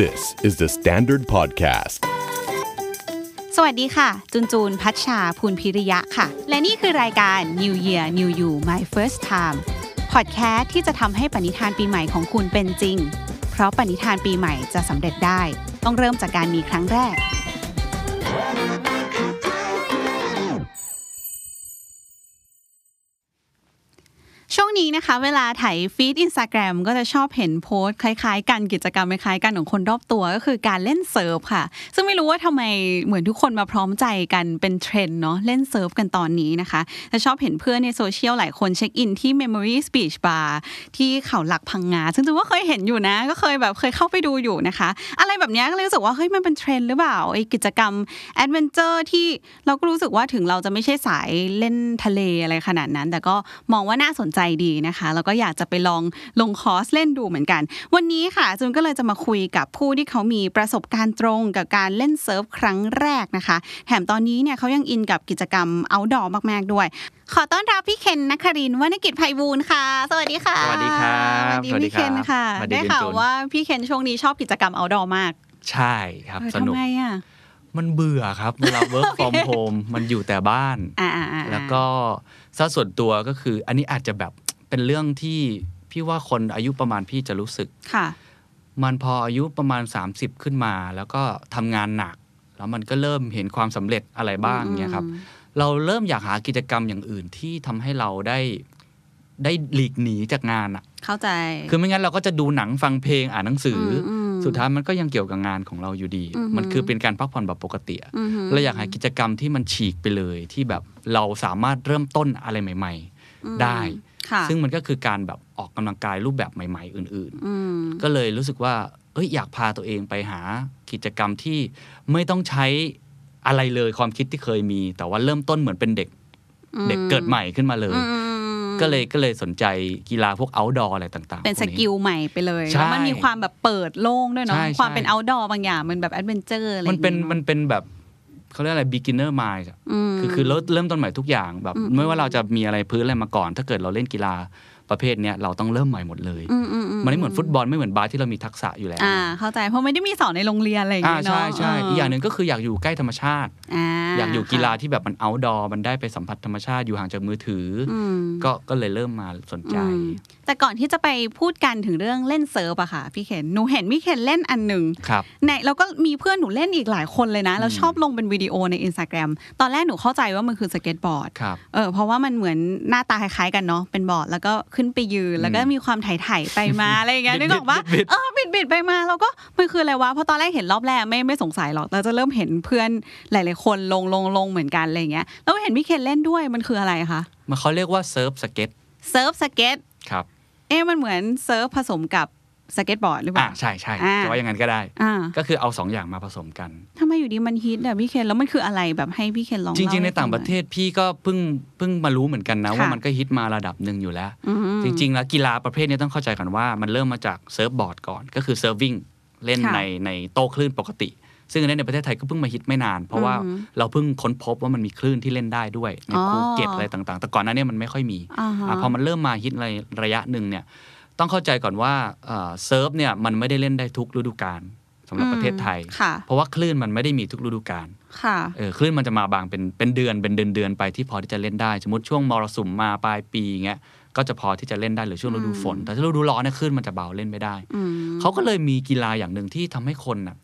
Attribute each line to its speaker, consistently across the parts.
Speaker 1: This is the Standard Podcast.
Speaker 2: สวัสดีค่ะ จุนจูนพัชชาภูลพิริยะค่ะ และนี่คือรายการ New Year New You My First Time พอดแคสต์ที่จะทำให้ปณิธานปีใหม่ของคุณเป็นจริง เพราะปณิธานปีใหม่จะสำเร็จได้ ต้องเริ่มจากการมีครั้งแรก ช่วงนี้นะคะ เวลาไถ่ายฟีดอินสตาแกรมก็จะชอบเห็นโพสต์คล้ายๆกันกิจกรรมคล้ายๆกันของคนรอบตัวก็คือการเล่นเซิร์ฟค่ะ ซึ่งไม่รู้ว่าทำไมเหมือนทุกคนมาพร้อมใจกันเป็นเทรนด์เนาะเล่นเซิร์ฟกันตอนนี้นะคะแต่ชอบเห็นเพื่อนในโซเชียลหลายคนเช็คอินที่ Memory Speech Bar ที่เขาหลักพังงา ซึ่งถือว่าเคยเห็นอยู่นะ ก็เคยแบบเคยเข้าไปดูอยู่นะคะ อะไรแบบเนี้ยก็เลยรู้สึกว่าเฮ้ยมันเป็นเทรนด์หรือเปล่าไอ้กิจกรรมแอดเวนเจอร์ที่เราก็รู้สึกว่าถึงเราจะไม่ใช่สายเล่นทะเลอะไรขนาดนั้น แต่ก็มองว่าน่าสนใจดีนะคะแล้วก็อยากจะไปลองลงคอร์สเล่นดูเหมือนกัน วันนี้ค่ะจุนก็เลยจะมาคุยกับผู้ที่เขามีประสบการณ์ตรงกับการเล่นเซิร์ฟครั้งแรกนะคะ แถมตอนนี้เนี่ยเขายังอินกับกิจกรรม outdoor มากๆด้วย ขอต้อนรับพี่เคนนักครินทร์วรรณกิจไพบูลย์ค่ะ สวัสดีค่ะ
Speaker 3: สวัสดีครับ
Speaker 2: สวัสดีพี่เคนค่ะ
Speaker 3: สวัสดี
Speaker 2: ได้
Speaker 3: ครับ
Speaker 2: ข่า
Speaker 3: ส
Speaker 2: ว
Speaker 3: วัสดีคุณจูน
Speaker 2: ว่าพี่เคนช่วงนี้ชอบกิจกรรม outdoor มาก
Speaker 3: ใช่ครับ
Speaker 2: เออ
Speaker 3: สนุก
Speaker 2: ทำไมอ่ะ
Speaker 3: มันเบื่อครับเว ลา work from home มันอยู่แต่บ้าน
Speaker 2: อ่าๆๆ
Speaker 3: แล้วก็ซะส่วนตัวก็คือ อันนี้อาจจะแบบเป็นเรื่องที่พี่ว่าคนอายุประมาณพี่จะรู้สึก
Speaker 2: ค่ะ
Speaker 3: มันพออายุประมาณ 30 ขึ้นมา แล้วก็ทำงานหนัก แล้วมันก็เริ่มเห็นความสำเร็จอะไรบ้างเนี่ยครับ เราเริ่มอยากหากิจกรรมอย่างอื่นที่ทำให้เราได้ได้หลีกหนีจากงานอ่ะ
Speaker 2: เข้าใจ
Speaker 3: คือไม่งั้นเราก็จะดูหนังฟังเพลงอ่านหนังสืออ
Speaker 2: มๆ
Speaker 3: สุดท้ายมันก็ยังเกี่ยวกับงานของเราอยู่ดี
Speaker 2: อือฮึ
Speaker 3: มันคือเป็นการพักผ่อนแบบปกติอะ
Speaker 2: อือหื
Speaker 3: เราอยากหากิจกรรมที่มันฉีกไปเลยที่แบบเราสามารถเริ่มต้นอะไรใหม่
Speaker 2: อืม
Speaker 3: ได้
Speaker 2: ค่ะ
Speaker 3: ๆ ซึ่งมันก็คือการแบบออกกำลังกายรูปแบบใหม่ ๆ อื่น
Speaker 2: อืม
Speaker 3: ๆ ก็เลยรู้สึกว่า เอ้ยอยากพาตัวเองไปหากิจกรรมที่ไม่ต้องใช้อะไรเลยความคิดที่เคยมี แต่ว่าเริ่มต้นเหมือนเป็นเด็กเด็กเกิดใหม่ขึ้นมาเลย
Speaker 2: อืม
Speaker 3: ก็เลยก็เลยสนใจกีฬาพวก outdoor อะไรต่างๆ
Speaker 2: เป็น
Speaker 3: พ
Speaker 2: ส
Speaker 3: วนี้
Speaker 2: กิลใหม่ไปเลย
Speaker 3: ใช่
Speaker 2: แล้วมันมีความแบบเปิดโล่งด้วยเนาะ
Speaker 3: ใช่
Speaker 2: ความ
Speaker 3: ใช่
Speaker 2: เป็น outdoor บางอย่างมันแบบแอดเวนเจอร์อะไร
Speaker 3: มันเป็น
Speaker 2: อย่างงี้ย
Speaker 3: มันเป็นแบบเขาเรียกอะไร beginner mind อะ
Speaker 2: ม
Speaker 3: คือคือเริ่มเริ่มต้นใหม่ทุกอย่างแบบ
Speaker 2: อืม
Speaker 3: ไม่ว่าเราจะมีอะไรพื้นอะไรมาก่อน ถ้าเกิดเราเล่นกีฬาประเภทเนี้ยเราต้องเริ่มใหม่หมดเลย
Speaker 2: มๆๆ
Speaker 3: มันไม่เหมือนฟุตบอลไม่เหมือนบาสที่เรามีทักษะอยู่แล้ว
Speaker 2: อ่า เข้าใจเพราะไม่ได้มีสอนในโรงเรียนอะไรอย่าง
Speaker 3: อ่า
Speaker 2: เงี้ยเนาะ
Speaker 3: ใช่ใช่อีกอย่างหนึ่งก็คืออยากอยู่ใกล้ธรรมชาติ
Speaker 2: อ่า
Speaker 3: อยากอยู่กีฬาที่แบบมัน outdoor มันได้ไปสัมผัสธรรมชาติอยู่ห่างจากมือถืออ
Speaker 2: อืม
Speaker 3: ก็ก็เลยเริ่มมาสนใจ
Speaker 2: อืมแต่ก่อนที่จะไปพูดกันถึงเรื่องเล่นเซิร์ฟอะค่ะพี่เคนหนูเห็นพี่เคนเล่นอันหนึ่ง
Speaker 3: ครับ
Speaker 2: ในแล้วก็มีเพื่อนหนูเล่นอีกหลายคนเลยนะ แล้ว
Speaker 3: อืม
Speaker 2: ชอบลงเป็นวิดีโอใน Instagram ตอนแรกหนูเข้าใจว่ามันคือสเก็ตบอร์ด
Speaker 3: ครับ
Speaker 2: เออเพราะว่ามันเหมือนหน้าตาคล้ายๆกันเนาะเป็นบอร์ดแล้วก็ขึ้นไปยืน
Speaker 3: อืม
Speaker 2: แล้วก็มีความไถ่ไถ่ไปมา อะไรอย่างเงี้ยนึ
Speaker 3: บิด
Speaker 2: ก
Speaker 3: ๆ
Speaker 2: ออกปะ
Speaker 3: บิดๆ
Speaker 2: เออบิดบิดๆไปมาแล้วก็มันคืออะไรวะเพราะตอนแรกเห็นรอบแรกไม่ไม่สงสัยหรอกเราจะเริ่มเห็นเพื่อนหลาย ๆ คนลงลงลงเหมือนกันอะไรอย่างเงี้ยแล้วเห็นพี่เคนเล่นด้วยมันคืออะไรคะ
Speaker 3: มันเขาเรียกว่าเซิร์ฟสเก็ต
Speaker 2: เซิร์ฟสเก็ต
Speaker 3: ครับ
Speaker 2: เอ๊ะมันเหมือนเซิร์ฟผสมกับสเก็ตบอร์ดหรือเป
Speaker 3: อ่า
Speaker 2: ล่า
Speaker 3: ใช่ใช่
Speaker 2: อ่า
Speaker 3: จะว่าอย่างนั้นก็ได้
Speaker 2: อ่า
Speaker 3: ก็คือเอาสองอย่างมาผสมกัน
Speaker 2: ทำไมอยู่ดีมันฮิตอะพี่เคนแล้วมันคืออะไรแบบให้พี่เคนลอง
Speaker 3: จริง ๆ
Speaker 2: เล่
Speaker 3: ใน
Speaker 2: ให้
Speaker 3: ต่าง
Speaker 2: ฟั
Speaker 3: ป
Speaker 2: ห
Speaker 3: ระ
Speaker 2: น่อย
Speaker 3: เทศพี่ก็เพิ่งเพิ่งมารู้เหมือนกันนะ
Speaker 2: ค่ะ
Speaker 3: ว่ามันก็ฮิตมาระดับหนึ่งอยู่แล้ว
Speaker 2: อืม
Speaker 3: จริง ๆ แล้วกีฬาประเภทนี้ต้องเข้าใจก่อนว่ามันเริ่มมาจากเซิร์ฟบอร์ดก่อน ก็คือเซิร์ฟวิ่งเล่น
Speaker 2: ค่ะ
Speaker 3: ในในโต้คลื่นปกติ ซึ่งอันนี้ในประเทศไทยก็เพิ่งมาฮิตไม่นาน เพราะว่า
Speaker 2: อืม
Speaker 3: เราเพิ่งค้นพบว่ามันมีคลื่นที่เล่นได้ด้วย ใน
Speaker 2: อ๋อ
Speaker 3: ภูเก็ตอะไรต่างๆ แต่ก่อนหน้านี้มันไม่ค่อยมี
Speaker 2: อ่าฮะ
Speaker 3: อ่ะพอมันเริ่มมาฮิตในระยะหนึ่งเนี่ยต้องเข้าใจก่อนว่าเอ่อเซิร์ฟเนี่ยมันไม่ได้เล่นได้ทุกฤดูกาลสำหรับประเทศไทย
Speaker 2: ค่ะ
Speaker 3: เพราะว่าคลื่นมันไม่ได้มีทุกฤดูกาล
Speaker 2: ค่ะ
Speaker 3: เออคลื่นมันจะมาบางเป็นเป็นเดือนเป็นเดือนเดือนๆไปที่พอที่จะเล่นได้ สมมติช่วงมรสุมมาปลายปีเงี้ยก็จะพอที่จะเล่นได้หรือช่วงฤดูฝน
Speaker 2: อืม
Speaker 3: แต่ถ้าฤดูร้อนเนี่ยคลื่นมันจะเบาเล่นไม่ได้
Speaker 2: อืม
Speaker 3: เขาก็เลยมีกีฬาอย่างหนึ่งที่ทำให้คนน่ะ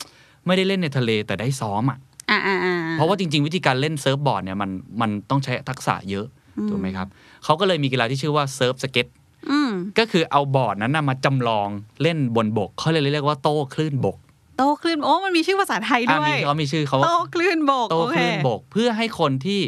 Speaker 3: ไม่ได้เล่นในทะเลแต่ได้ซ้อมอ่ะ
Speaker 2: อ่าอ่อ่
Speaker 3: เพราะว่าจริง ๆ วิธีการเล่นเซิร์ฟบอร์ดเนี่ยมันมันต้องใช้ทักษะเยอะ
Speaker 2: อื
Speaker 3: ถูกไหมครับเขาก็เลยมีกีฬาที่ชื่อว่าเซิร์ฟสเก็ต
Speaker 2: อืม
Speaker 3: ก็คือเอาบอร์ดนั้นนะมาจำลองเล่นบนบกเขาเลยเรียกว่าโต้คลื่นบก
Speaker 2: โตคลื่นโอ้มันมีชื่อภาษาไทย
Speaker 3: อ่ะ
Speaker 2: ด้วย
Speaker 3: มีเขามีชื่อเขา
Speaker 2: โต
Speaker 3: ว่า
Speaker 2: คลื่นบก
Speaker 3: โต
Speaker 2: โอเค
Speaker 3: คลื่นบกเพื่อให้คนที่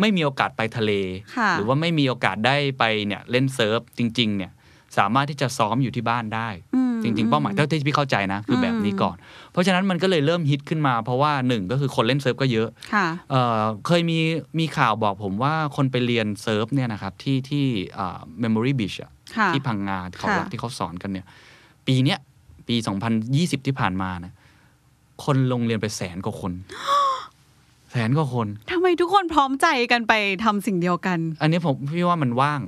Speaker 3: ไม่มีโอกาสไปทะเล
Speaker 2: ค่ะ
Speaker 3: หรือว่าไม่มีโอกาสได้ไปเนี่ยเล่นเซิร์ฟจริงๆเนี่ยสามารถที่จะซ้อมอยู่ที่บ้านได้
Speaker 2: อืม
Speaker 3: จริง ๆ เป้าหมายเท่าที่พี่เข้าใจนะ คืออ
Speaker 2: ม
Speaker 3: แบบนี้ก่อน เพราะฉะนั้นมันก็เลยเริ่มฮิตขึ้นมาเพราะว่าหนึ่งก็คือคนเล่นเซิร์ฟก็เยอะ
Speaker 2: ค่ะ
Speaker 3: เอ่อเคยมีมีข่าวบอกผมว่าคนไปเรียนเซิร์ฟเนี่ยนะครับที่ที่อ่า memory beach อะ
Speaker 2: ค่ะ
Speaker 3: ที่พังงาเขาหลัก
Speaker 2: ค่ะ
Speaker 3: ที่เขาสอนกันเนี่ยปีเนี้ยปี 2020 ที่ผ่านมานะคนลงเรียนไปแสนกว่าคน แสนกว่าคน
Speaker 2: ทำไมทุกคนพร้อมใจกันไปทำสิ่งเดียวกัน
Speaker 3: อันนี้ผมพี่ว่ามันว่าง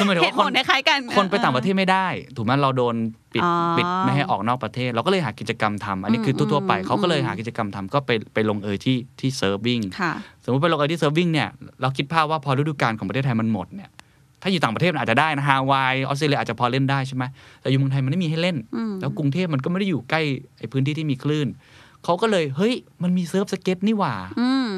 Speaker 3: คือหมายถึง
Speaker 2: เหตุ
Speaker 3: ว่า
Speaker 2: ผ
Speaker 3: ค
Speaker 2: ล
Speaker 3: น
Speaker 2: คล้ายๆกัน
Speaker 3: คนไปต่างประเทศไม่ได้ ถูกไหมเราโดนปิด
Speaker 2: อ๋อ
Speaker 3: ปิดไม่ให้ออกนอกประเทศ เราก็เลยหากิจกรรมทำอันนี้คือ
Speaker 2: ม
Speaker 3: ทั่วๆไป
Speaker 2: อืม
Speaker 3: เขาก็เลย
Speaker 2: อืม
Speaker 3: หากิจกรรมทำก็ไปไปลงเอยที่ที่เซิร์ฟวิ่ง
Speaker 2: ค่ะ
Speaker 3: สมมติไปลงเอยที่เซิร์ฟวิ่งเนี่ยเราคิดภาพว่าพอฤดูกาลของประเทศไทยมันหมดเนี่ยถ้าอยู่ต่างประเทศมันอาจจะได้นะฮาวายออสเตรเลียอาจจะพอเล่นได้ใช่ไหมแต่อยู่เมืองไทยมันไม่มีให้เล่น
Speaker 2: อืม
Speaker 3: แล้วกรุงเทพมันก็ไม่ได้อยู่ใกล้ไอ้พื้นที่ที่มีคลื่นเขาก็เลยเฮ้ยมันมีเซิร์ฟสเก็ตนี่หว่า
Speaker 2: อืม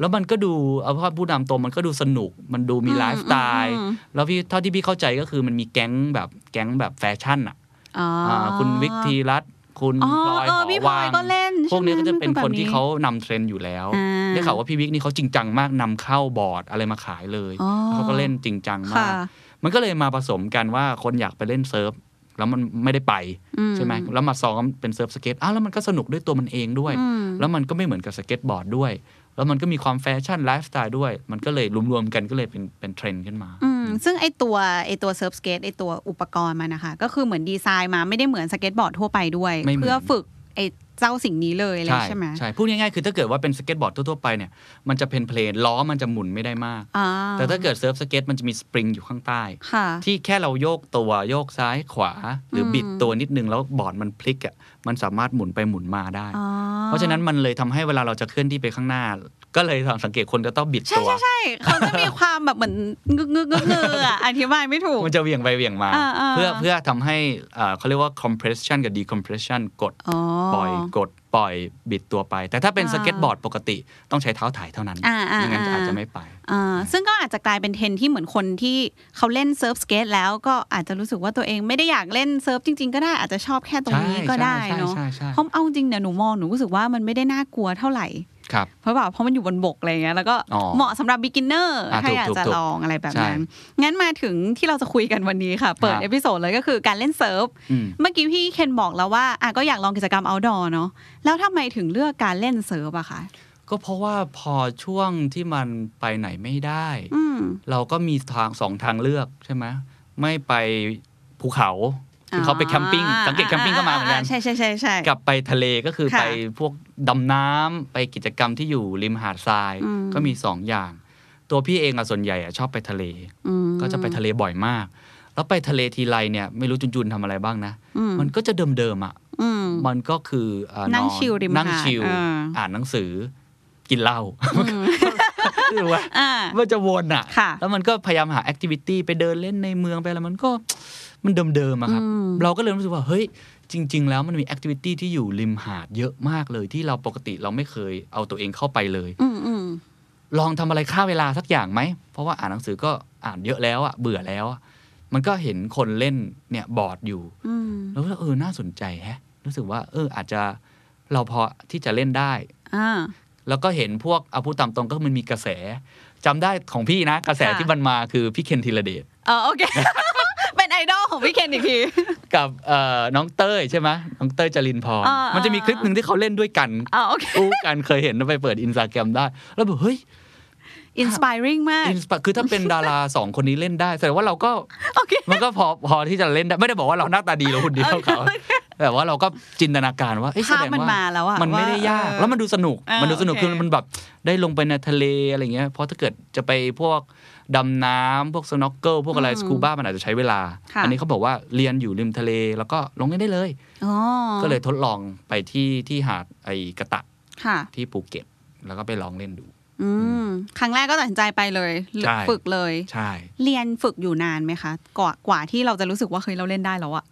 Speaker 3: แล้วมันก็ดูเอาภาพผู้นำตรงมันก็ดูสนุก มันดูมี
Speaker 2: อืม
Speaker 3: ไลฟ์สไตล์
Speaker 2: อืม
Speaker 3: แล้วพี่เท่าที่พี่เข้าใจก็คือมันมีแก๊งแบบแก๊งแบบแฟชั่นอ่ะ
Speaker 2: อ๋อา
Speaker 3: คุณวิกธีรัตน์คุณ
Speaker 2: อ๋อ
Speaker 3: พลอย
Speaker 2: เอ
Speaker 3: ห
Speaker 2: อ
Speaker 3: อ
Speaker 2: พี่พลอ
Speaker 3: วั
Speaker 2: ย
Speaker 3: ง
Speaker 2: ก็เล่น
Speaker 3: พวกเนี้ยก็
Speaker 2: ใช่
Speaker 3: จะ
Speaker 2: ไหม
Speaker 3: เป็น
Speaker 2: มั
Speaker 3: คนที่เขา
Speaker 2: แบบ
Speaker 3: นำเทรนด์อยู่แล้ว
Speaker 2: อ่า
Speaker 3: ได้ข่าวว่าพี่วิกนี่เขาจริงจังมากนำเข้าบอร์ดอะไรมาขายเลย
Speaker 2: อ๋อ
Speaker 3: แล้วเขาก็เล่นจริงจังมา
Speaker 2: ค่ะ
Speaker 3: ก มันก็เลยมาผสมกันว่าคนอยากไปเล่นเซิร์ฟแล้วมันไม่ได้ไป
Speaker 2: อื
Speaker 3: ใช่ไหมแล้วมาซ้อมเป็นเซิร์ฟสเก็ตอ้าวแล้วมันก็สนุกด้วยตัวมันเองด้วย
Speaker 2: อืม
Speaker 3: แล้วมันก็ไม่เหมือนกับสเก็ตบอร์ดด้วย แล้วมันก็มีความแฟชั่นไลฟ์สไตล์ด้วย มันก็เลยรวมๆกันก็เลยเป็นเป็นเทรนด์ขึ้นมา
Speaker 2: อืมซึ่งไอตัวไอตัวเซิร์ฟสเกตไอตัวอุปกรณ์มันนะคะ ก็คือเหมือนดีไซน์มาไม่ได้เหมือนสเก็ตบอร์ดทั่วไปด้วย
Speaker 3: ไม่เหมือน
Speaker 2: เพื่อฝึกไอเจ้าสิ่งนี้เลยเลยใช่ไหม
Speaker 3: ใช่ พูดง่ายๆ คือถ้าเกิดว่าเป็นสเก็ตบอร์ดทั่วๆไปเนี่ย มันจะเพนเพลนล้อมันจะหมุนไม่ได้มาก
Speaker 2: อ่
Speaker 3: แต่ถ้าเกิดเซิร์ฟสเก็ตมันจะมีสปริงอยู่ข้างใต้
Speaker 2: ค่ะ
Speaker 3: ที่แค่เราโยกตัวโยกซ้ายขวา หรืออ
Speaker 2: ม
Speaker 3: บิดตัวนิดนึงแล้วบอร์ดมันพลิกอ่ะ มันสามารถหมุนไปหมุนมาได้
Speaker 2: อ๋อ
Speaker 3: เพราะฉะนั้นมันเลยทำให้เวลาเราจะเคลื่อนที่ไปข้างหน้า ก็เลยสังเกตคนจะต้องบิด
Speaker 2: ใช่
Speaker 3: ตัว
Speaker 2: ใช่ใช่เขาจะมีความแบบเหมือนงึกงึกงึกงือ อ่ะ อธิบายไม่ถูก
Speaker 3: มันจะเหวี่ยงไปเหวี่ยงมา
Speaker 2: อ่าอ่า
Speaker 3: เพื่อเพื่อทำให้อ่าเขาเรียกว่า compression กับ decompression กด
Speaker 2: อ๋อ
Speaker 3: ปล่อยกดปล่อยบิดตัวไป แต่ถ้าเป็น
Speaker 2: อ่า
Speaker 3: สเก็ตบอร์ดปกติต้องใช้เท้าถ่ายเท่านั้น
Speaker 2: อ่าอ่า
Speaker 3: ไม่งั้น
Speaker 2: อ่า
Speaker 3: อาจจะไม่ไป
Speaker 2: อ่าซึ่งก็อาจจะกลายเป็นเทรนด์ที่เหมือนคนที่เขาเล่นเซิร์ฟสเกตแล้วก็อาจจะรู้สึกว่าตัวเองไม่ได้อยากเล่นเซิร์ฟจริง ๆ ก็ได้อาจจะชอบแค่ตรงนี้ก็ได้เนาะ
Speaker 3: ใช่ใช่ใช่
Speaker 2: เพ
Speaker 3: ใช่
Speaker 2: ราะเอาจริงเนี่ยหนูมองหนูรู้สึกว่ามันไม่ได้น่ากลัวเท่าไหร่
Speaker 3: ครับ
Speaker 2: เพราะแบบเพราะมันอยู่บนบกอะไรเงี้ยแล้วก็
Speaker 3: อ๋อ
Speaker 2: เหมาะสำหรับ beginner
Speaker 3: อ่ะ
Speaker 2: ถ้า
Speaker 3: ถูก
Speaker 2: อยาก
Speaker 3: ถูก
Speaker 2: จะ
Speaker 3: ถูก
Speaker 2: ลองอะไรแบบนั้น
Speaker 3: ใ
Speaker 2: งั้นมาถึงที่เราจะคุยกันวันนี้ค่ะ เปิด
Speaker 3: ครับ
Speaker 2: เอพิโซดเลยก็คือการเล่นเซิร์ฟ
Speaker 3: อืม
Speaker 2: เมื่อกี้พี่เคนบอกแล้วว่าอ่ะก็อยากลองกิจกรรม outdoor เนาะแล้วทำไมถึงเลือกการเล่นเซิร์ฟอะคะ
Speaker 3: ก็เพราะว่าพอช่วงที่มันไปไหนไม่ได้
Speaker 2: อืม
Speaker 3: เราก็มีทางสองทางเลือกใช่ไหมไม่ไปภูเขาที่เขาไปแคมปิ้ง
Speaker 2: อ่า
Speaker 3: สังเกตแคมปิ้งก็มาเหมือนกัน
Speaker 2: าใช่ใช่ใช่ใช่
Speaker 3: กลับไปทะเลก็คือ
Speaker 2: ค่ะ
Speaker 3: ไปพวกดำน้ำไปกิจกรรมที่อยู่ริมหาดทราย
Speaker 2: อืม
Speaker 3: ก็มีสองอย่าง ตัวพี่เองอะส่วนใหญ่อะชอบไปทะเล
Speaker 2: อืม
Speaker 3: ก็จะไปทะเลบ่อยมาก แล้วไปทะเลทีไรเนี่ยไม่รู้จุนจุนๆทำอะไรบ้างนะ
Speaker 2: อืม
Speaker 3: มันก็จะเดิมๆอะ
Speaker 2: อืม
Speaker 3: มันก็คือเอ่อ
Speaker 2: นั่ง
Speaker 3: อ
Speaker 2: ชิลริม
Speaker 3: นั่ง
Speaker 2: หาด
Speaker 3: ชิล
Speaker 2: เอออ่
Speaker 3: อ่านหนังสือ กินเหล้า
Speaker 2: อืม
Speaker 3: หรือว่า
Speaker 2: อ่า
Speaker 3: มันจะวนอะ
Speaker 2: ค่ะ
Speaker 3: แล้วมันก็พยายามหาแอคทิวิตี้ไปเดินเล่นในเมืองไปแล้วมันก็มันเดิมๆอะครับ
Speaker 2: อืม
Speaker 3: เราก็เลยรู้สึกว่า เฮ้ย จริง ๆ แล้วมันมีแอคทิวิตี้ที่อยู่ริมหาดเยอะมากเลย ที่เราปกติเราไม่เคยเอาตัวเองเข้าไปเลย
Speaker 2: อืมอืม
Speaker 3: ลองทำอะไรฆ่าเวลาสักอย่างไหม เพราะว่าอ่านหนังสือก็อ่านเยอะแล้วอะเบื่อแล้วอะมันก็เห็นคนเล่นเนี่ยบอร์ดอยู่
Speaker 2: อืม
Speaker 3: แล้วก็เออ น่าสนใจแฮะ รู้สึกว่าเอออาจจะเราพอที่จะเล่นได้
Speaker 2: อ่า
Speaker 3: แล้วก็เห็นพวกเอาพูดตามตรงก็มันมีกระแสจำได้ของพี่นะ กระแส
Speaker 2: ค่ะ
Speaker 3: ที่มันมาคือพี่เคนธีรเดช
Speaker 2: เออโอเค เป็นไอดอลของพี่เคนอีกที
Speaker 3: กับเอ่อน้องเต้ยใช่ไหมน้องเต้ยจรินพร
Speaker 2: อ่ามั
Speaker 3: มันจะมีคลิปหนึ่งที่เขาเล่นด้วยกัน
Speaker 2: อ๋อโอเค
Speaker 3: คู่กันเคยเห็นไปเปิดอินสตาแกรมได้ แล้วแบบเฮ้ย
Speaker 2: inspiring มาก
Speaker 3: inspire คือถ้าเป็นดารา สองคนนี้เล่นได้แสดงว่าเราก็
Speaker 2: โอเค
Speaker 3: มันก็พอพอที่จะเล่นได้ ไม่ได้บอกว่าเราหน้าตาดีหรือหุ่นดีเท่า เขาแต่ว่าเราก็จินตนาการว่าเอ๊ะแส
Speaker 2: ภาพ
Speaker 3: ดง
Speaker 2: มัน
Speaker 3: ว่า
Speaker 2: มาแล้วอะ
Speaker 3: มันไม่ได้ยาก
Speaker 2: เออ
Speaker 3: แล้วมันดูสนุก
Speaker 2: เออ
Speaker 3: มันดูสนุก
Speaker 2: โอเค
Speaker 3: คือมันแบบได้ลงไปในทะเลอะไรเงี้ยเพราะถ้าเกิดจะไปพวกดำน้ำพวกสโนว์เกิลพวกอะไรสกูบ้ามันอาจจะใช้เวลา
Speaker 2: ค่ะ
Speaker 3: อันี้เขาบอกว่าเรียนอยู่ริมทะเล แล้วก็ลงเล่นได้เลย
Speaker 2: อ๋อ
Speaker 3: ก็เลยทดลองไปที่ที่หาดไอกระตะ
Speaker 2: ค่ะ
Speaker 3: ที่ภูเก็ต แล้วก็ไปลองเล่นดู
Speaker 2: อืม ครั้งแรกก็ตัดสินใจไปเลย
Speaker 3: ใช่
Speaker 2: ฝึกเลย
Speaker 3: ใช่
Speaker 2: เรียนฝึกอยู่นานไหมคะกว่ากว่าที่เราจะรู้สึกว่าเฮ้ยเราเล่นได้แล้วอะ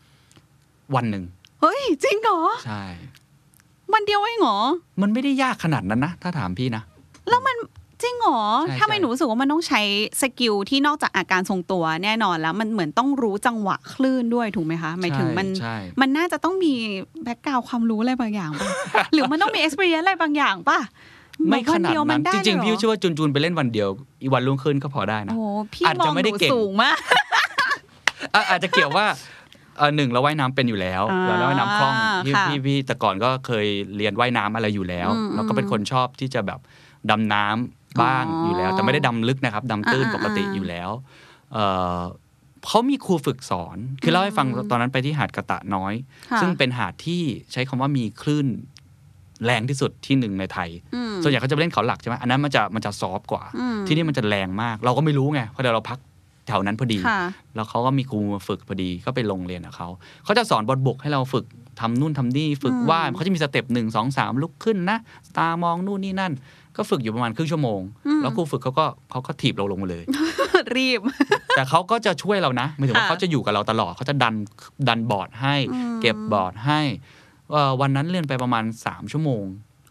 Speaker 3: วันหนึ่ง
Speaker 2: เฮ้ย จริงเหรอ
Speaker 3: ใช่
Speaker 2: วันเดียวเองเหรอ
Speaker 3: มันไม่ได้ยากขนาดนั้นนะ ถ้าถามพี่นะ
Speaker 2: จริงเหรอ
Speaker 3: ใช่
Speaker 2: ถ้าไม่ห
Speaker 3: ใช่
Speaker 2: นูรู้สึกว่ามันต้องใช้สกิลที่นอกจากอาการทรงตัวแน่นอนแล้ว มันเหมือนต้องรู้จังหวะคลื่นด้วยถูกไหมคะหมายถึงมัน
Speaker 3: ใช่
Speaker 2: มันน่าจะต้องมีแบ็กกราวความรู้อะไรบางอย่าง ป่ะ หรือมันต้องมี experience อะไรบางอย่างป่ะ
Speaker 3: ไม่ข
Speaker 2: แบบ
Speaker 3: นาด
Speaker 2: วัเยวมั
Speaker 3: นั้น
Speaker 2: ไ
Speaker 3: จริง
Speaker 2: เลยเห
Speaker 3: ๆ พี่เชื่อว่าจุนจูนไปเล่นวันเดียว อีกวันรุ่งขึ้นก็พอได้นะ
Speaker 2: โอ้โหพี่
Speaker 3: อาจ
Speaker 2: มอ
Speaker 3: จะ
Speaker 2: ง
Speaker 3: ไม่
Speaker 2: ห
Speaker 3: ได้
Speaker 2: นู
Speaker 3: เก่ง
Speaker 2: สูงมาก
Speaker 3: อ่ะอาจจะเกี่ยวว่าเอ่อหนึ่งเราว่ายน้ำเป็นอยู่แล้ว
Speaker 2: อ่า
Speaker 3: เราว่ายน้ำคล่องพี่
Speaker 2: ค่ะ
Speaker 3: พี่พี่แต่ก่อนก็เคยเรียนว่ายน้ำอะไรอยู่แล้ว
Speaker 2: อืม
Speaker 3: แล้วก็เป็นคนชอบที่จะแบบดำน้ำบ้าง
Speaker 2: อ๋ออ
Speaker 3: อยู่แล้ว แต่ไม่ได้ดำลึกนะครับดำตื้น
Speaker 2: อ่า
Speaker 3: ปกติ
Speaker 2: อ่า
Speaker 3: อยู่แล้วเอ่อเขามีครูฝึกสอน คือเล่าให้ฟังตอนนั้นไปที่หาดกระตะน้อย
Speaker 2: ค่ะ
Speaker 3: ซึ่งเป็นหาดที่ใช้คำว่ามีคลื่นแรงที่สุดที่หนึ่งในไทย
Speaker 2: อืม
Speaker 3: ส่วนใหญ่เขาจะไปเล่นเขาหลักใช่ไหมอันนั้นมันจะมันจะซอฟต์กว่า
Speaker 2: อืม
Speaker 3: ที่นี่มันจะแรงมาก เราก็ไม่รู้ไงเพราะเดี๋ยวเราพัก แถวนั้นพอดี
Speaker 2: ค่ะ
Speaker 3: แล้วเขาก็มีครูมาฝึกพอดีก็ไปลงเรียนกับเขา เขาจะสอนบทบกให้เราฝึกทำนู่นทำนี่ฝึก
Speaker 2: อืม
Speaker 3: วาดเขาจะมีสเต็ปหนึ่งสองสามลุกขึ้นนะ ตามองนู่นนี่นั่น ก็ฝึกอยู่ประมาณครึ่งชั่วโมง แล้วครูฝึกเขาก็เขาก็ถีบเราลง มาเลย
Speaker 2: รีบ
Speaker 3: แต่เขาก็จะช่วยเรานะหมายถึงว่า
Speaker 2: ค่ะ
Speaker 3: เขาจะอยู่กับเราตลอดเขาจะดันดันบอร์ดให้
Speaker 2: อืม
Speaker 3: เก็บบอร์ดให้เอ่อวันนั้นเรียนไปประมาณสามชั่วโมง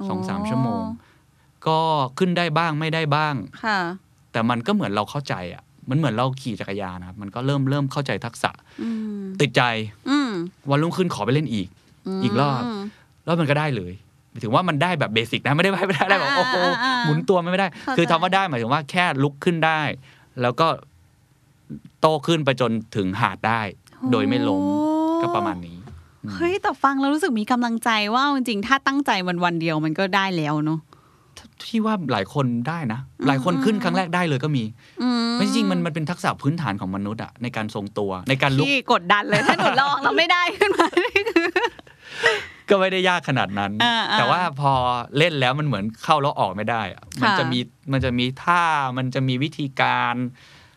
Speaker 3: สองสาม
Speaker 2: อ๋อ
Speaker 3: ชั่วโมง ก็ขึ้นได้บ้างไม่ได้บ้าง
Speaker 2: ค่ะ
Speaker 3: แต่มันก็เหมือนเราเข้าใจอ่ะ มันเหมือนเราขี่จักรยานนะครับ มันก็เริ่มเริ่มเข้าใจทักษะ
Speaker 2: อืม
Speaker 3: ติดใจ
Speaker 2: อืม
Speaker 3: วันรุ่งขึ้นขอไปเล่นอีก อีกรอบ
Speaker 2: ม
Speaker 3: แล้วมันก็ได้เลยหมายถึงว่ามันได้แบบเบสิกนะไม่ได้ไม่ได้ได้แบบโอ้โห
Speaker 2: อ่าอ่าอ่า
Speaker 3: หมุนตัวไม่ได้
Speaker 2: เข้าใจ
Speaker 3: คือทำว่าได้หมายถึงว่าแค่ลุกขึ้นได้ แล้วก็โตขึ้นไปจนถึงหาดได้ โดยไม่ล้มก็ประมาณนี้อืม
Speaker 2: เฮ้ยแต่ฟังแล้วรู้สึกมีกำลังใจว่าเอาจริงๆถ้าตั้งใจวันวันๆเดียวมันก็ได้แล้วเนาะ
Speaker 3: ที่ว่าหลายคนได้นะ หลายคนขึ้นครั้งแรกได้เลยก็มี
Speaker 2: อื
Speaker 3: ไม่จริงๆมันมันเป็นทักษะพื้นฐานของมนุษย์อะในการทรงตัวในการลุก
Speaker 2: พี่กดดันเลยถ้าหนูลองแล้วไม่ได้ขึ้นมา
Speaker 3: ก็ไม่ได้ยากขนาดนั้น
Speaker 2: อ่าอ่า
Speaker 3: แต่ว่าพอเล่นแล้วมันเหมือนเข้าแล้วออกไม่ได้อะ
Speaker 2: ค่ะ
Speaker 3: มันจะมีมันจะมีท่า มันจะมีวิธีการ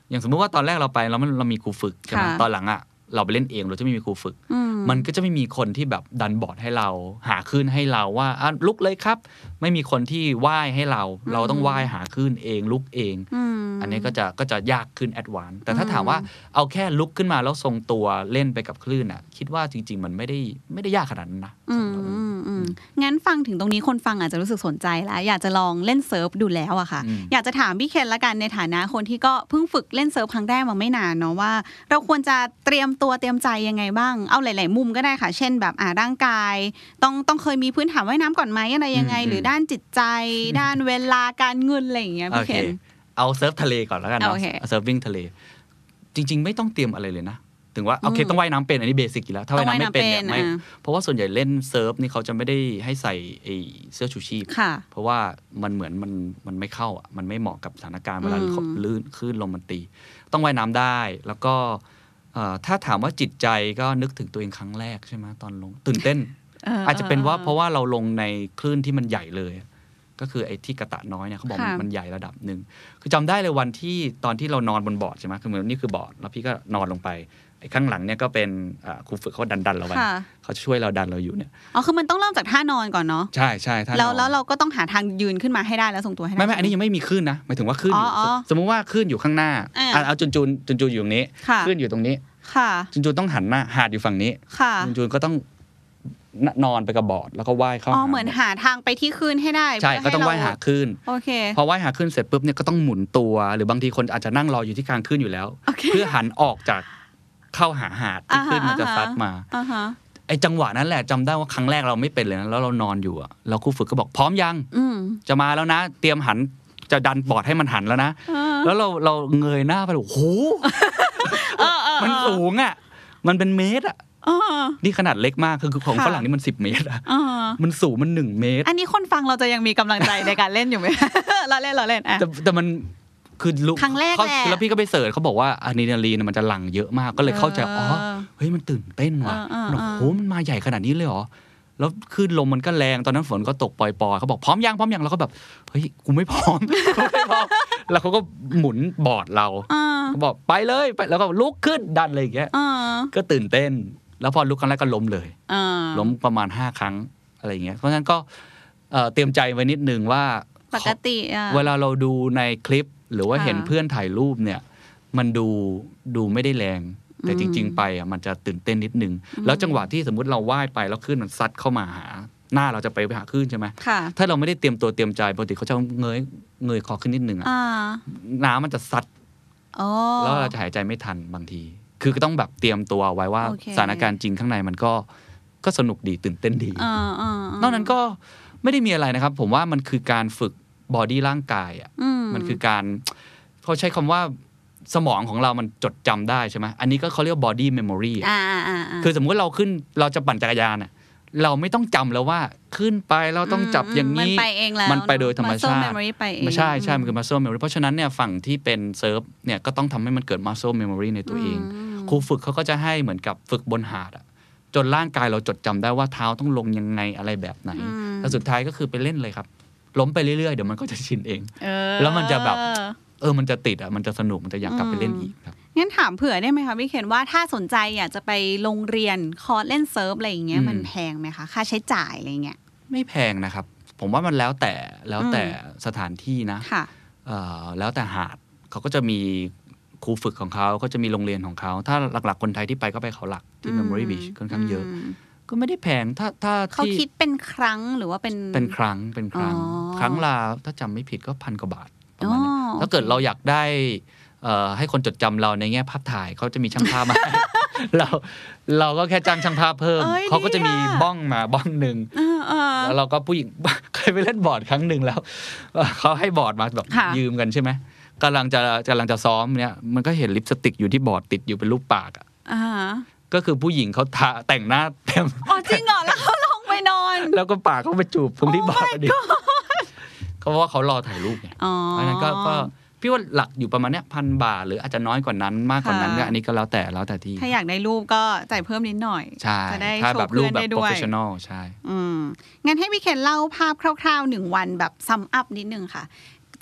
Speaker 3: อย่างสมมุติว่าตอนแรกเราไปแล้วมันเรามีครูฝึกใช่ไหมตอนหลังอ่ะเราไปเล่นเองเราจะไม่มีครูฝึก
Speaker 2: อื
Speaker 3: มันก็จะไม่มีคนที่แบบดันบอร์ดให้เรา หาขึ้นให้เราว่าอ่ะลุกเลยครับ ไม่มีคนที่ไหว้ให้เรา เราต้องไหว้หาขึ้นเองลุกเอง
Speaker 2: อืม
Speaker 3: อันนี้ก็จะก็จะยากขึ้นแอดวานแต่ถ้า
Speaker 2: อืม
Speaker 3: ถามว่าเอาแค่ลุกขึ้นมาแล้วทรงตัวเล่นไปกับคลื่นอ่ะ คิดว่าจริง ๆ มันไม่ได้ไม่ได้ยากขนาดนั้นนะ
Speaker 2: อื
Speaker 3: สำห
Speaker 2: ม
Speaker 3: รับ
Speaker 2: อืมอืมงั้นฟังถึงตรงนี้คนฟังอาจจะรู้สึกสนใจแล้วอยากจะลองเล่นเซิร์ฟดูแล้วอะค่ะ
Speaker 3: อืม
Speaker 2: อยากจะถามพี่เคนละกันในฐานะคนที่ก็เพิ่งฝึกเล่นเซิร์ฟครั้งแรกมาไม่นานเนาะว่า เราควรจะเตรียมตัวเตรียมใจยังไงบ้าง เอาหลาย ๆ มุมก็ได้ค่ะ เช่นแบบอ่าร่างกาย ต้องต้องเคยมีพื้นฐานว่ายน้ำก่อนไหมอะไรยังไง
Speaker 3: อืม
Speaker 2: หรือด้านจิตใจ ด้านเวลาการเงินอะไรอย่างเงี้ย
Speaker 3: โอ
Speaker 2: พี่
Speaker 3: เค
Speaker 2: เคน
Speaker 3: เอาเซิร์ฟทะเลก่อนแล้วกันเนาะ
Speaker 2: โอเค
Speaker 3: เอาเซิร์ฟวิ่งทะเล จริง ๆ ไม่ต้องเตรียมอะไรเลยนะ ถึงว่าโอเค
Speaker 2: อืม
Speaker 3: ต้องว่ายน้ำเป็นอันนี้เบสิกอยู่แล้ว ถ้าว่ายน้ำไม่เป็นเนี่ย
Speaker 2: ต้อง
Speaker 3: ไม่
Speaker 2: ว่ายน้ำอ่ะ
Speaker 3: เพราะว่าส่วนใหญ่เล่นเซิร์ฟนี่เขาจะไม่ได้ให้ใส่ไอ้เสื้อชูชีพ
Speaker 2: ค่ะ
Speaker 3: เพราะว่ามันเหมือนมันมันไม่เข้าอ่ะมันไม่เหมาะกับสถานการณ์เวลา
Speaker 2: อืม
Speaker 3: เขาลื่นคลื่นลมมันตี ต้องว่ายน้ำได้แล้วก็เอ่อถ้าถามว่าจิตใจก็นึกถึงตัวเองครั้งแรกใช่ไหมตอนลงตื่นเต้น อาจจะเป็นว่าเพราะว่าเราลงในคลื่นที่มันใหญ่เลย ก็คือไอ้ที่กระตะน้อยเนี่ยเขาบอกมัน
Speaker 2: ค่ะ
Speaker 3: มันใหญ่ระดับหนึ่งคือจำได้เลยวันที่ตอนที่เรานอนบนบอร์ดใช่ไหมคือเหมือนนี่คือบอร์ดแล้วพี่ก็นอนลงไปไอ้ข้างหลังเนี่ยก็เป็นอ่าครูฝึกเขาดันดันๆเราไป
Speaker 2: ค่ะ
Speaker 3: เขาช่วยเราดันเราอยู่เนี่ย
Speaker 2: อ๋อคือมันต้องเริ่มจากท่านอนก่อนเนาะ
Speaker 3: ใช่ใช่ถ้า
Speaker 2: แล้ว
Speaker 3: นอน
Speaker 2: แล้วเราก็ต้องหาทางยืนขึ้นมาให้ได้แล้วส่งตัวให้ได้
Speaker 3: ไม่ไม่อันนี้ยังไม่มีคลื่นนะหมายถึงว่าคลื่นอยู่
Speaker 2: อ๋ออ๋อ
Speaker 3: สมมุติว่าคลื่นอยู่ข้างหน้า
Speaker 2: อ่า
Speaker 3: อ่ะเอาจุนจูนจุนจูนอยู่ตรงนี้
Speaker 2: ค่ะ
Speaker 3: คลื่นอยู่ตรงนี้
Speaker 2: ค่ะ
Speaker 3: จุนจูนต้องหันหน้าหาดอยู่ฝั่งนี้
Speaker 2: ค่ะ
Speaker 3: จุนจูนก็ต้องนอนไปกับบอร์ดแล้วก็ว่ายเข้า
Speaker 2: อ๋อ
Speaker 3: หา
Speaker 2: เหมือนหาทางไปที่คลื่นให้ได้
Speaker 3: ใช่
Speaker 2: เพื่
Speaker 3: ก็ต้อง
Speaker 2: ใเร
Speaker 3: ว่ายหาคลื่น
Speaker 2: โอเค
Speaker 3: พอว่ายหาขึ้นเสร็จปุ๊บเนี่ยก็ต้องหมุนตัว หรือบางทีคนอาจจะนั่งรออยู่ที่กลางขึ้นอยู่แล้ว
Speaker 2: โอเค
Speaker 3: เพื่อหันออกจากเข้าหาหาดที่
Speaker 2: อ่าฮะ
Speaker 3: ขึ้นมันจะ
Speaker 2: อ่าฮะ
Speaker 3: ซัดมา
Speaker 2: อ่าฮะ
Speaker 3: ไอ้จังหวะนั้นแหละจำได้ว่าครั้งแรกเราไม่เป็นเลยนะแล้วเรานอนอยู่อะแล้วครูฝึกก็บอกพร้อมยัง
Speaker 2: อืม
Speaker 3: จะมาแล้วนะ เตรียมหันจะดันบอร์ดให้มันหันแล้วนะ
Speaker 2: เออ
Speaker 3: แล้วเราเราเงยหน้าไปโอ้โห
Speaker 2: เออเออ
Speaker 3: มันสูงอะมันเป็นเมตรอะ
Speaker 2: เออ
Speaker 3: นี่ขนาดเล็กมากคือของ
Speaker 2: ค่ะ
Speaker 3: ฝรั่งนี่มัน 10 เมตรอะ
Speaker 2: เออ
Speaker 3: มันสูงมันหนึ่งเมตร
Speaker 2: อันนี้คนฟังเราจะยังมีกำลังใจในการเล่นอยู่ไหม เราเล่นเราเล่นอ่ะ
Speaker 3: แต่แต่มันคือลุ
Speaker 2: ครั้งแรก
Speaker 3: เขา
Speaker 2: แหละ
Speaker 3: แล้วพี่ก็ไปเสิร์ชเขาบอกว่าอะดรีนาลีนมันจะหลั่งเยอะมากก็เลยเข้าใจ
Speaker 2: เอออ๋
Speaker 3: อ๋อเฮ้ยมันตื่นเต้นว่ะ
Speaker 2: เออ
Speaker 3: มัน
Speaker 2: เออ
Speaker 3: โอ้โห
Speaker 2: เออ
Speaker 3: มันมาใหญ่ขนาดนี้เลยเหรอแล้วคลื่นลมมันก็แรงตอนนั้นฝนก็ตกปล่อยๆเขาบอกพร้อมยังพร้อมยังเราก็แบบเฮ้ยกูไม่พร้อม กูไม่พร้อมแล้วเขาก็หมุนบอร์ดเรา
Speaker 2: เออ
Speaker 3: เขาบอกไปเลยไปแล้วก็ลุกขึ้นดันอะไรอย่างเงี้ย
Speaker 2: เออ
Speaker 3: ก็ตื่นเต้น แล้วพอลุกครั้งแรกก็ล้มเลย
Speaker 2: เออ
Speaker 3: ล้มประมาณห้าครั้งอะไรอย่างเงี้ยเพราะฉะนั้นก็เอ่อเตรียมใจไว้นิดนึงว่า
Speaker 2: ปกติอ่ะ
Speaker 3: เวลาเราดูในคลิปหรือว่า
Speaker 2: ค่ะ
Speaker 3: เห็นเพื่อนถ่ายรูปเนี่ย มันดูดูไม่ได้แรง แต่
Speaker 2: อืม
Speaker 3: จริง ๆ ไปอ่ะมันจะตื่นเต้นนิดนึง แล้วจังหวะที่สมมติเราว่ายไปแล้วคลื่นมันซัดเข้ามาหา หน้าเราจะไปหาคลื่นใช่ไหม
Speaker 2: ค่ะ
Speaker 3: ถ้าเราไม่ได้เตรียมตัวเตรียมใจปกติเขาจะเงยเงยคอขึ้นนิดนึงอ่ะ
Speaker 2: อ่า
Speaker 3: น้ำมันจะซัด
Speaker 2: อ๋อ
Speaker 3: แล้วเราจะหายใจไม่ทันบางที คือก็ต้องแบบเตรียมตัวไว้ว่า
Speaker 2: โอเค
Speaker 3: สถานการณ์จริงข้างในมันก็ก็สนุกดีตื่นเต้นดี
Speaker 2: เออเออน
Speaker 3: อกนั้นก็ไม่ได้มีอะไรนะครับ ผมว่ามันคือการฝึกบอดี้ร่างกายอ่ะ
Speaker 2: อืม
Speaker 3: มันคือการเขาใช้คำว่าสมองของเรามันจดจำได้ใช่ไหมอันนี้ก็เขาเรียกว่า body memory อะ
Speaker 2: อ่าอ่าา
Speaker 3: คือสมมุติเราขึ้นเราจะปั่นจักรยานอะเราไม่ต้องจำแล้วว่าขึ้นไปเราต้องจับอย่าง
Speaker 2: นี้
Speaker 3: นี้
Speaker 2: มันไปเองแล้ว
Speaker 3: มันไปโดยธรรมชาติ
Speaker 2: เนอะ muscle memory ไปเอง
Speaker 3: ไม่ใช่ใช่ มันคือ muscle memory เพราะฉะนั้นเนี่ยฝั่งที่เป็นเซิร์ฟเนี่ยก็ต้องทำให้มันเกิด muscle memory ในตัวเอง ครูฝึกเขาก็จะให้เหมือนกับฝึกบนหาดอะจนร่างกายเราจดจำได้ว่าเท้าต้องลงยังไงอะไรแบบไหน
Speaker 2: อืม
Speaker 3: แล้วสุดท้ายก็คือไปเล่นเลยครับ ล้มไปเรื่อยๆเดี๋ยวมันก็จะชินเอง
Speaker 2: เออ
Speaker 3: แล้วมันจะแบบ เออ มันจะติดอ่ะ มันจะสนุก มันจะอยากกลับไปเล่นอีกครับ
Speaker 2: งั้นถามเผื่อได้ไหมคะพี่เคนว่าถ้าสนใจอยากจะไปโรงเรียนคอร์สเล่นเซิร์ฟอะไรอย่างเงี้ย
Speaker 3: อืม
Speaker 2: มันแพงไหมคะ ค่าใช้จ่ายอะไรเงี้ย
Speaker 3: ไม่แพงนะครับ ผมว่ามันแล้วแต่แล้วแต่สถานที่นะ
Speaker 2: ค่ะ
Speaker 3: เอ่อแล้วแต่หาดเขาก็จะมีครูฝึกของเขาก็จะมีโรงเรียนของเขา ถ้าหลักๆคนไทยที่ไปก็ไปเขาหลักที่ Memory Beach ค่อนข้างเยอะ
Speaker 2: ม
Speaker 3: ก็ไม่ได้แพงถ้าถ้า
Speaker 2: เขา
Speaker 3: ที่
Speaker 2: คิดเป็นครั้งหรือว่าเป็น
Speaker 3: เป็นครั้งเป็นครั้ง
Speaker 2: อ๋อ
Speaker 3: ครั้งละถ้าจำไม่ผิดก็พันกว่าบาทประมาณ
Speaker 2: อ๋
Speaker 3: เนี้
Speaker 2: อ
Speaker 3: ถ้าเกิดเราอยากได้เอ่อให้คนจดจำเราในแง่ภาพถ่ายเขาจะมีช่างภาพมา เราเราก็แค่จ้างช่างภาพเพิ่ม
Speaker 2: เอ้ย
Speaker 3: เขาก็จะ
Speaker 2: ดี
Speaker 3: มี
Speaker 2: อะ
Speaker 3: บ้องมาบ้องหนึ่ง
Speaker 2: เออเออ
Speaker 3: แล้วเราก็ผู้หญิง เคยไปเล่นบอร์ดครั้งหนึ่งแล้ว เอ่อเขาให้บอร์ดมาแบบ
Speaker 2: ค่ะ
Speaker 3: ยืมกันใช่ไหมกำลังจะกำลังจะซ้อมเนี่ยมันก็เห็นลิปสติกอยู่ที่บอร์ดติดอยู่เป็นรูปปากอ่ะ
Speaker 2: อ่าฮะ
Speaker 3: ก็คือผู้หญิงเขาทาแต่งหน้าเต็ม
Speaker 2: อ๋อจริงเหรอแล้วเขาลงไปนอน
Speaker 3: แล้วก็ปากเขาไปจูบตรงที่บอร์ดพอดีเขาบอกว่าเขารอถ่ายรูปไง
Speaker 2: อ๋อ
Speaker 3: เพราะฉะนั้นก็ก็พี่ว่าหลักอยู่ประมาณเนี้ยพันบาทหรืออาจจะน้อยกว่านั้นมากกว่านั้น
Speaker 2: ค่ะ
Speaker 3: ก็อันนี้ก็แล้วแต่แล้วแต่ที่
Speaker 2: ถ้าอยากได้รูปก็จ่ายเพิ่มนิดหน่อย
Speaker 3: ใช่
Speaker 2: จะได้
Speaker 3: ถ้า
Speaker 2: โช
Speaker 3: แบ
Speaker 2: ว์
Speaker 3: บรู
Speaker 2: เพื่
Speaker 3: ป
Speaker 2: อน
Speaker 3: แบบ
Speaker 2: ได้
Speaker 3: โปร
Speaker 2: ด้ว
Speaker 3: เฟ
Speaker 2: ย
Speaker 3: ชชั่นอลใช่
Speaker 2: อืมงั้นให้พี่เคนเล่าภาพคร่าวๆหนึ่งวันแบบซัมอัพนิดนึงค่ะ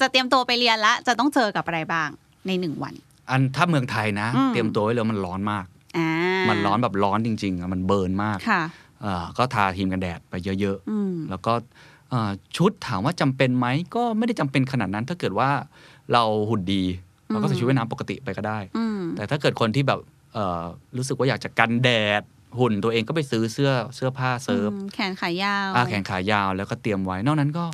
Speaker 2: จะเตรียมตัวไปเรียนละ จะต้องเจอกับอะไรบ้างในหนึ่งวัน
Speaker 3: อันถ้าเมืองไทยนะ
Speaker 2: อืม
Speaker 3: เตรียมตัวไว้เลยมันร้อนมาก
Speaker 2: อ่ามั
Speaker 3: มันร้อนแบบร้อนจริงๆอะมันเบิร์นมาก
Speaker 2: ค่ะ
Speaker 3: เอ่อก็ทาครีมกันแดดไปเยอะ
Speaker 2: อืม
Speaker 3: ๆ แล้วก็เอ่อชุดถามว่าจำเป็นไหมก็ไม่ได้จำเป็นขนาดนั้น ถ้าเกิดว่าเราหุ่นดีเราก็ใส่ชุดว่ายน้ำปกติไปก็ได้
Speaker 2: อืม
Speaker 3: แต่ถ้าเกิดคนที่แบบเอ่อรู้สึกว่าอยากจะกันแดด หุ่นตัวเองก็ไปซื้อเสื้อเสื้อผ้าเซิร์ฟ
Speaker 2: อืมแขนขายาว
Speaker 3: อาแขนขายาวแล้วก็เตรียมไว้ นอกนั้นก็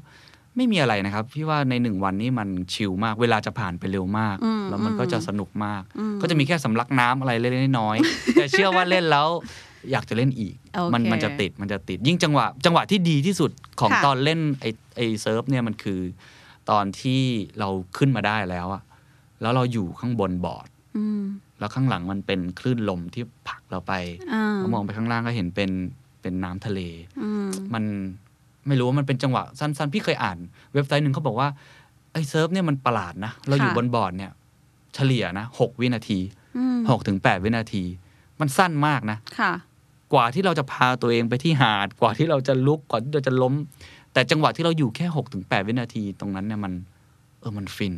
Speaker 3: ไม่มีอะไรนะครับ พี่ว่าในหนึ่งวันนี้มันชิลมากเวลาจะผ่านไปเร็วมาก
Speaker 2: อืม
Speaker 3: แล้วมันก็จะสนุกมาก
Speaker 2: อืม
Speaker 3: ก็จะมีแค่สำลักน้ำอะไรเล็กๆน้อย ๆ แต่เชื่อว่าเล่นแล้วอยากจะเล่นอีก
Speaker 2: โอเค
Speaker 3: มัมันจะติดมันจะติด ยิ่งจังหวะ จังหวะที่ดีที่สุดของ
Speaker 2: ค่ะ
Speaker 3: ตอนเล่นไอ้ไอ้เซิร์ฟเนี่ยมันคือ ตอนที่เราขึ้นมาได้แล้วอะแล้วเราอยู่ข้างบนบอร์ด
Speaker 2: อืม
Speaker 3: แล้วข้างหลังมันเป็นคลื่นลมที่ผลักเราไป
Speaker 2: อ่า
Speaker 3: แล้วมองไปข้างล่างก็เห็นเป็นเป็นน้ำทะเล
Speaker 2: อืม
Speaker 3: มันไม่รู้ว่ามันเป็นจังหวะสั้นๆ พี่เคยอ่านเว็บไซต์หนึ่งเขาบอกว่าไอ้เซิร์ฟเนี่ยมันประหลาดนะ เราอยู่
Speaker 2: ค่ะ
Speaker 3: บนบอร์ดเนี่ย เฉลี่ยนะหกวินาที
Speaker 2: อืม
Speaker 3: หกถึงแปดวินาที มันสั้นมากนะ
Speaker 2: ค่ะ
Speaker 3: กว่าที่เราจะพาตัวเองไปที่หาด กว่าที่เราจะลุกกว่าที่เราจะล้ม แต่จังหวะที่เราอยู่แค่หกถึงแปดวินาทีตรงนั้นเนี่ยมัน เออมันฟิน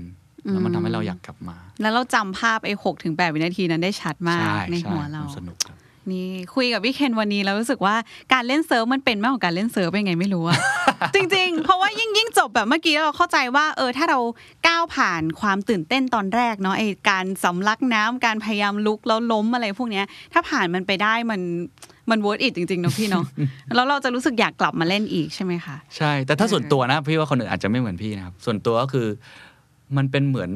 Speaker 3: แล้วมันทำให้เราอยากกลับมา
Speaker 2: แล้วเราจำภาพไอ้หกถึงแปดวินาทีนั้นได้ชัดมาก
Speaker 3: ใช่
Speaker 2: ใน
Speaker 3: ใช่
Speaker 2: หัวเรา
Speaker 3: มันสนุกครับ
Speaker 2: นี่คุยกับพี่เคนวันนี้แล้วรู้สึกว่าการเล่นเซิร์ฟมันเป็นมากกว่าการเล่นเซิร์ฟยังไงไม่รู้ อะ จริง ๆ เพราะว่ายิ่งยิ่งจบแบบเมื่อกี้เราเข้าใจว่าเออถ้าเราก้าวผ่านความตื่นเต้นตอนแรกเนาะไอการสำลักน้ำการพยายามลุกแล้วล้มอะไรพวกเนี้ย ถ้าผ่านมันไปได้มันมันเวิร์ดอิจริงๆเนาะพี่ เนาะ แล้วเราจะรู้สึกอยากกลับมาเล่นอีกใช่ไหมคะ
Speaker 3: ใช่ แต่ถ้า
Speaker 2: เออ
Speaker 3: ส่วนตัวนะ พี่ว่าคนอื่นอาจจะไม่เหมือนพี่นะครับ ส่วนตัวก็คือมันเป็นเหมือน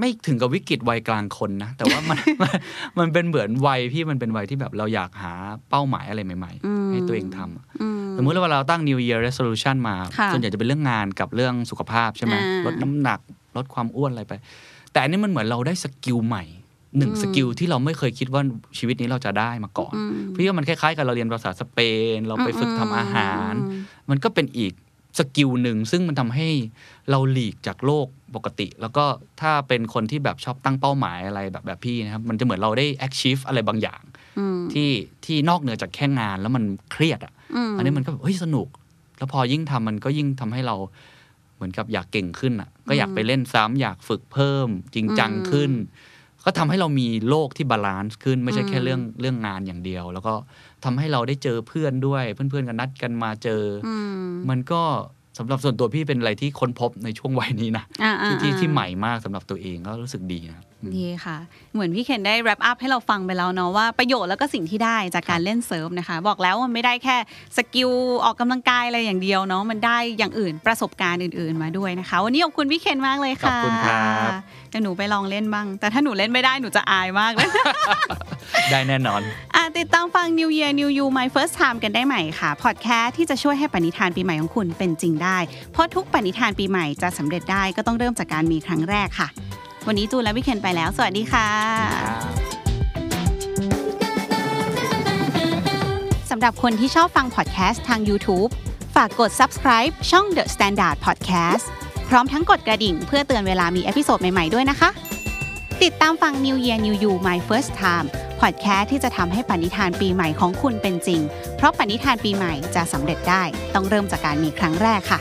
Speaker 3: ไม่ถึงกับวิกฤตวัยกลางคนนะ แต่ว่า มัน มันมันเป็นเหมือนวัยพี่มันเป็นวัยที่แบบเราอยากหาเป้าหมายอะไรใหม่ ๆ ให้ตัวเองทำ
Speaker 2: อืม
Speaker 3: สมมุติว่าเราตั้ง New Year Resolution มา
Speaker 2: ค่ะ
Speaker 3: ส่วนใหญ่จะเป็นเรื่องงานกับเรื่องสุขภาพใช่ไหม
Speaker 2: อ่า
Speaker 3: ลดน้ำหนักลดความอ้วนอะไรไป แต่อันนี้มันเหมือนเราได้สกิลใหม่หนึ่ง
Speaker 2: อืม
Speaker 3: สกิลที่เราไม่เคยคิดว่าชีวิตนี้เราจะได้มาก่อน
Speaker 2: อืม
Speaker 3: พี่ว่ามันคล้ายๆกับเราเรียนภาษาสเปน เราไปฝึกทำอาหาร
Speaker 2: อืม
Speaker 3: มันก็เป็นอีกสกิลหนึ่ง ซึ่งมันทำให้เราหลีกจากโลกปกติ แล้วก็ถ้าเป็นคนที่แบบชอบตั้งเป้าหมายอะไรแบบแบบพี่นะครับ มันจะเหมือนเราได้ achieve อะไรบางอย่าง
Speaker 2: อืม
Speaker 3: ที่ที่นอกเหนือจากแค่งานแล้วมันเครียดอ่ะ
Speaker 2: ม
Speaker 3: อันนี้มันก็แบบเฮ้ยสนุก แล้วพอยิ่งทำมันก็ยิ่งทำให้เราเหมือนกับอยากเก่งขึ้นอ่ะ ก็อยากไปเล่นซ้ำอยากฝึกเพิ่ม จริงจังขึ้น ก็ทำให้เรามีโลกที่บาลานซ์ขึ้น ไม่ใช่แค่เรื่องเรื่องงานอย่างเดียว แล้วก็ทำให้เราได้เจอเพื่อนด้วย เพื่อนๆกันนัดกันมาเจออ
Speaker 2: อืม
Speaker 3: มันก็สำหรับส่วนตัวพี่เป็นอะไรที่ค้นพบในช่วงวัยนี้นะ
Speaker 2: อ่าๆ
Speaker 3: ที่ที่
Speaker 2: ๆ
Speaker 3: ที่ใหม่มากสำหรับตัวเองก็รู้สึกดีนะครับอืม
Speaker 2: ดีค่ะ เหมือนพี่เคนได้ wrap up ให้เราฟังไปแล้วเนาะว่าประโยชน์แล้วก็สิ่งที่ได้จากการเล่นเซิร์ฟนะคะ บอกแล้วว่ามันไม่ได้แค่สกิลออกกำลังกายอะไรอย่างเดียวเนาะมันได้อย่างอื่นประสบการณ์อื่นๆมาด้วยนะคะ วันนี้ขอบคุณพี่เคนมากเลยค่ะ
Speaker 3: ขอบคุณครับ
Speaker 2: เดี๋ยวหนูไปลองเล่นบ้าง แต่ถ้าหนูเล่นไม่ได้หนูจะอายมากเลย
Speaker 3: ได้แน่นอน
Speaker 2: อ่ะติดตามฟัง New Year New You My First Time กันได้ใหม่ค่ะ พอดแคสต์ที่จะช่วยให้ปณิธานปีใหม่ของคุณเป็นจริงได้ เพราะทุกปณิธานปีใหม่จะสำเร็จได้ก็ต้องเริ่มจากการมีครั้งแรกค่ะ วันนี้จูนและพี่เคนไปแล้ว สวัสดีค่ะ สำหรับคนที่ชอบฟังพอดแคสต์ทาง YouTube ฝากกด subscribe ช่อง The Standard Podcast พร้อมทั้งกดกระดิ่งเพื่อเตือนเวลามีเอพิโซดใหม่ ๆ ด้วยนะคะ ติดตามฟัง New Year New You My First Time พอดแคสต์ที่จะทำให้ปณิธานปีใหม่ของคุณเป็นจริง เพราะปณิธานปีใหม่จะสำเร็จได้ ต้องเริ่มจากการมีครั้งแรกค่ะ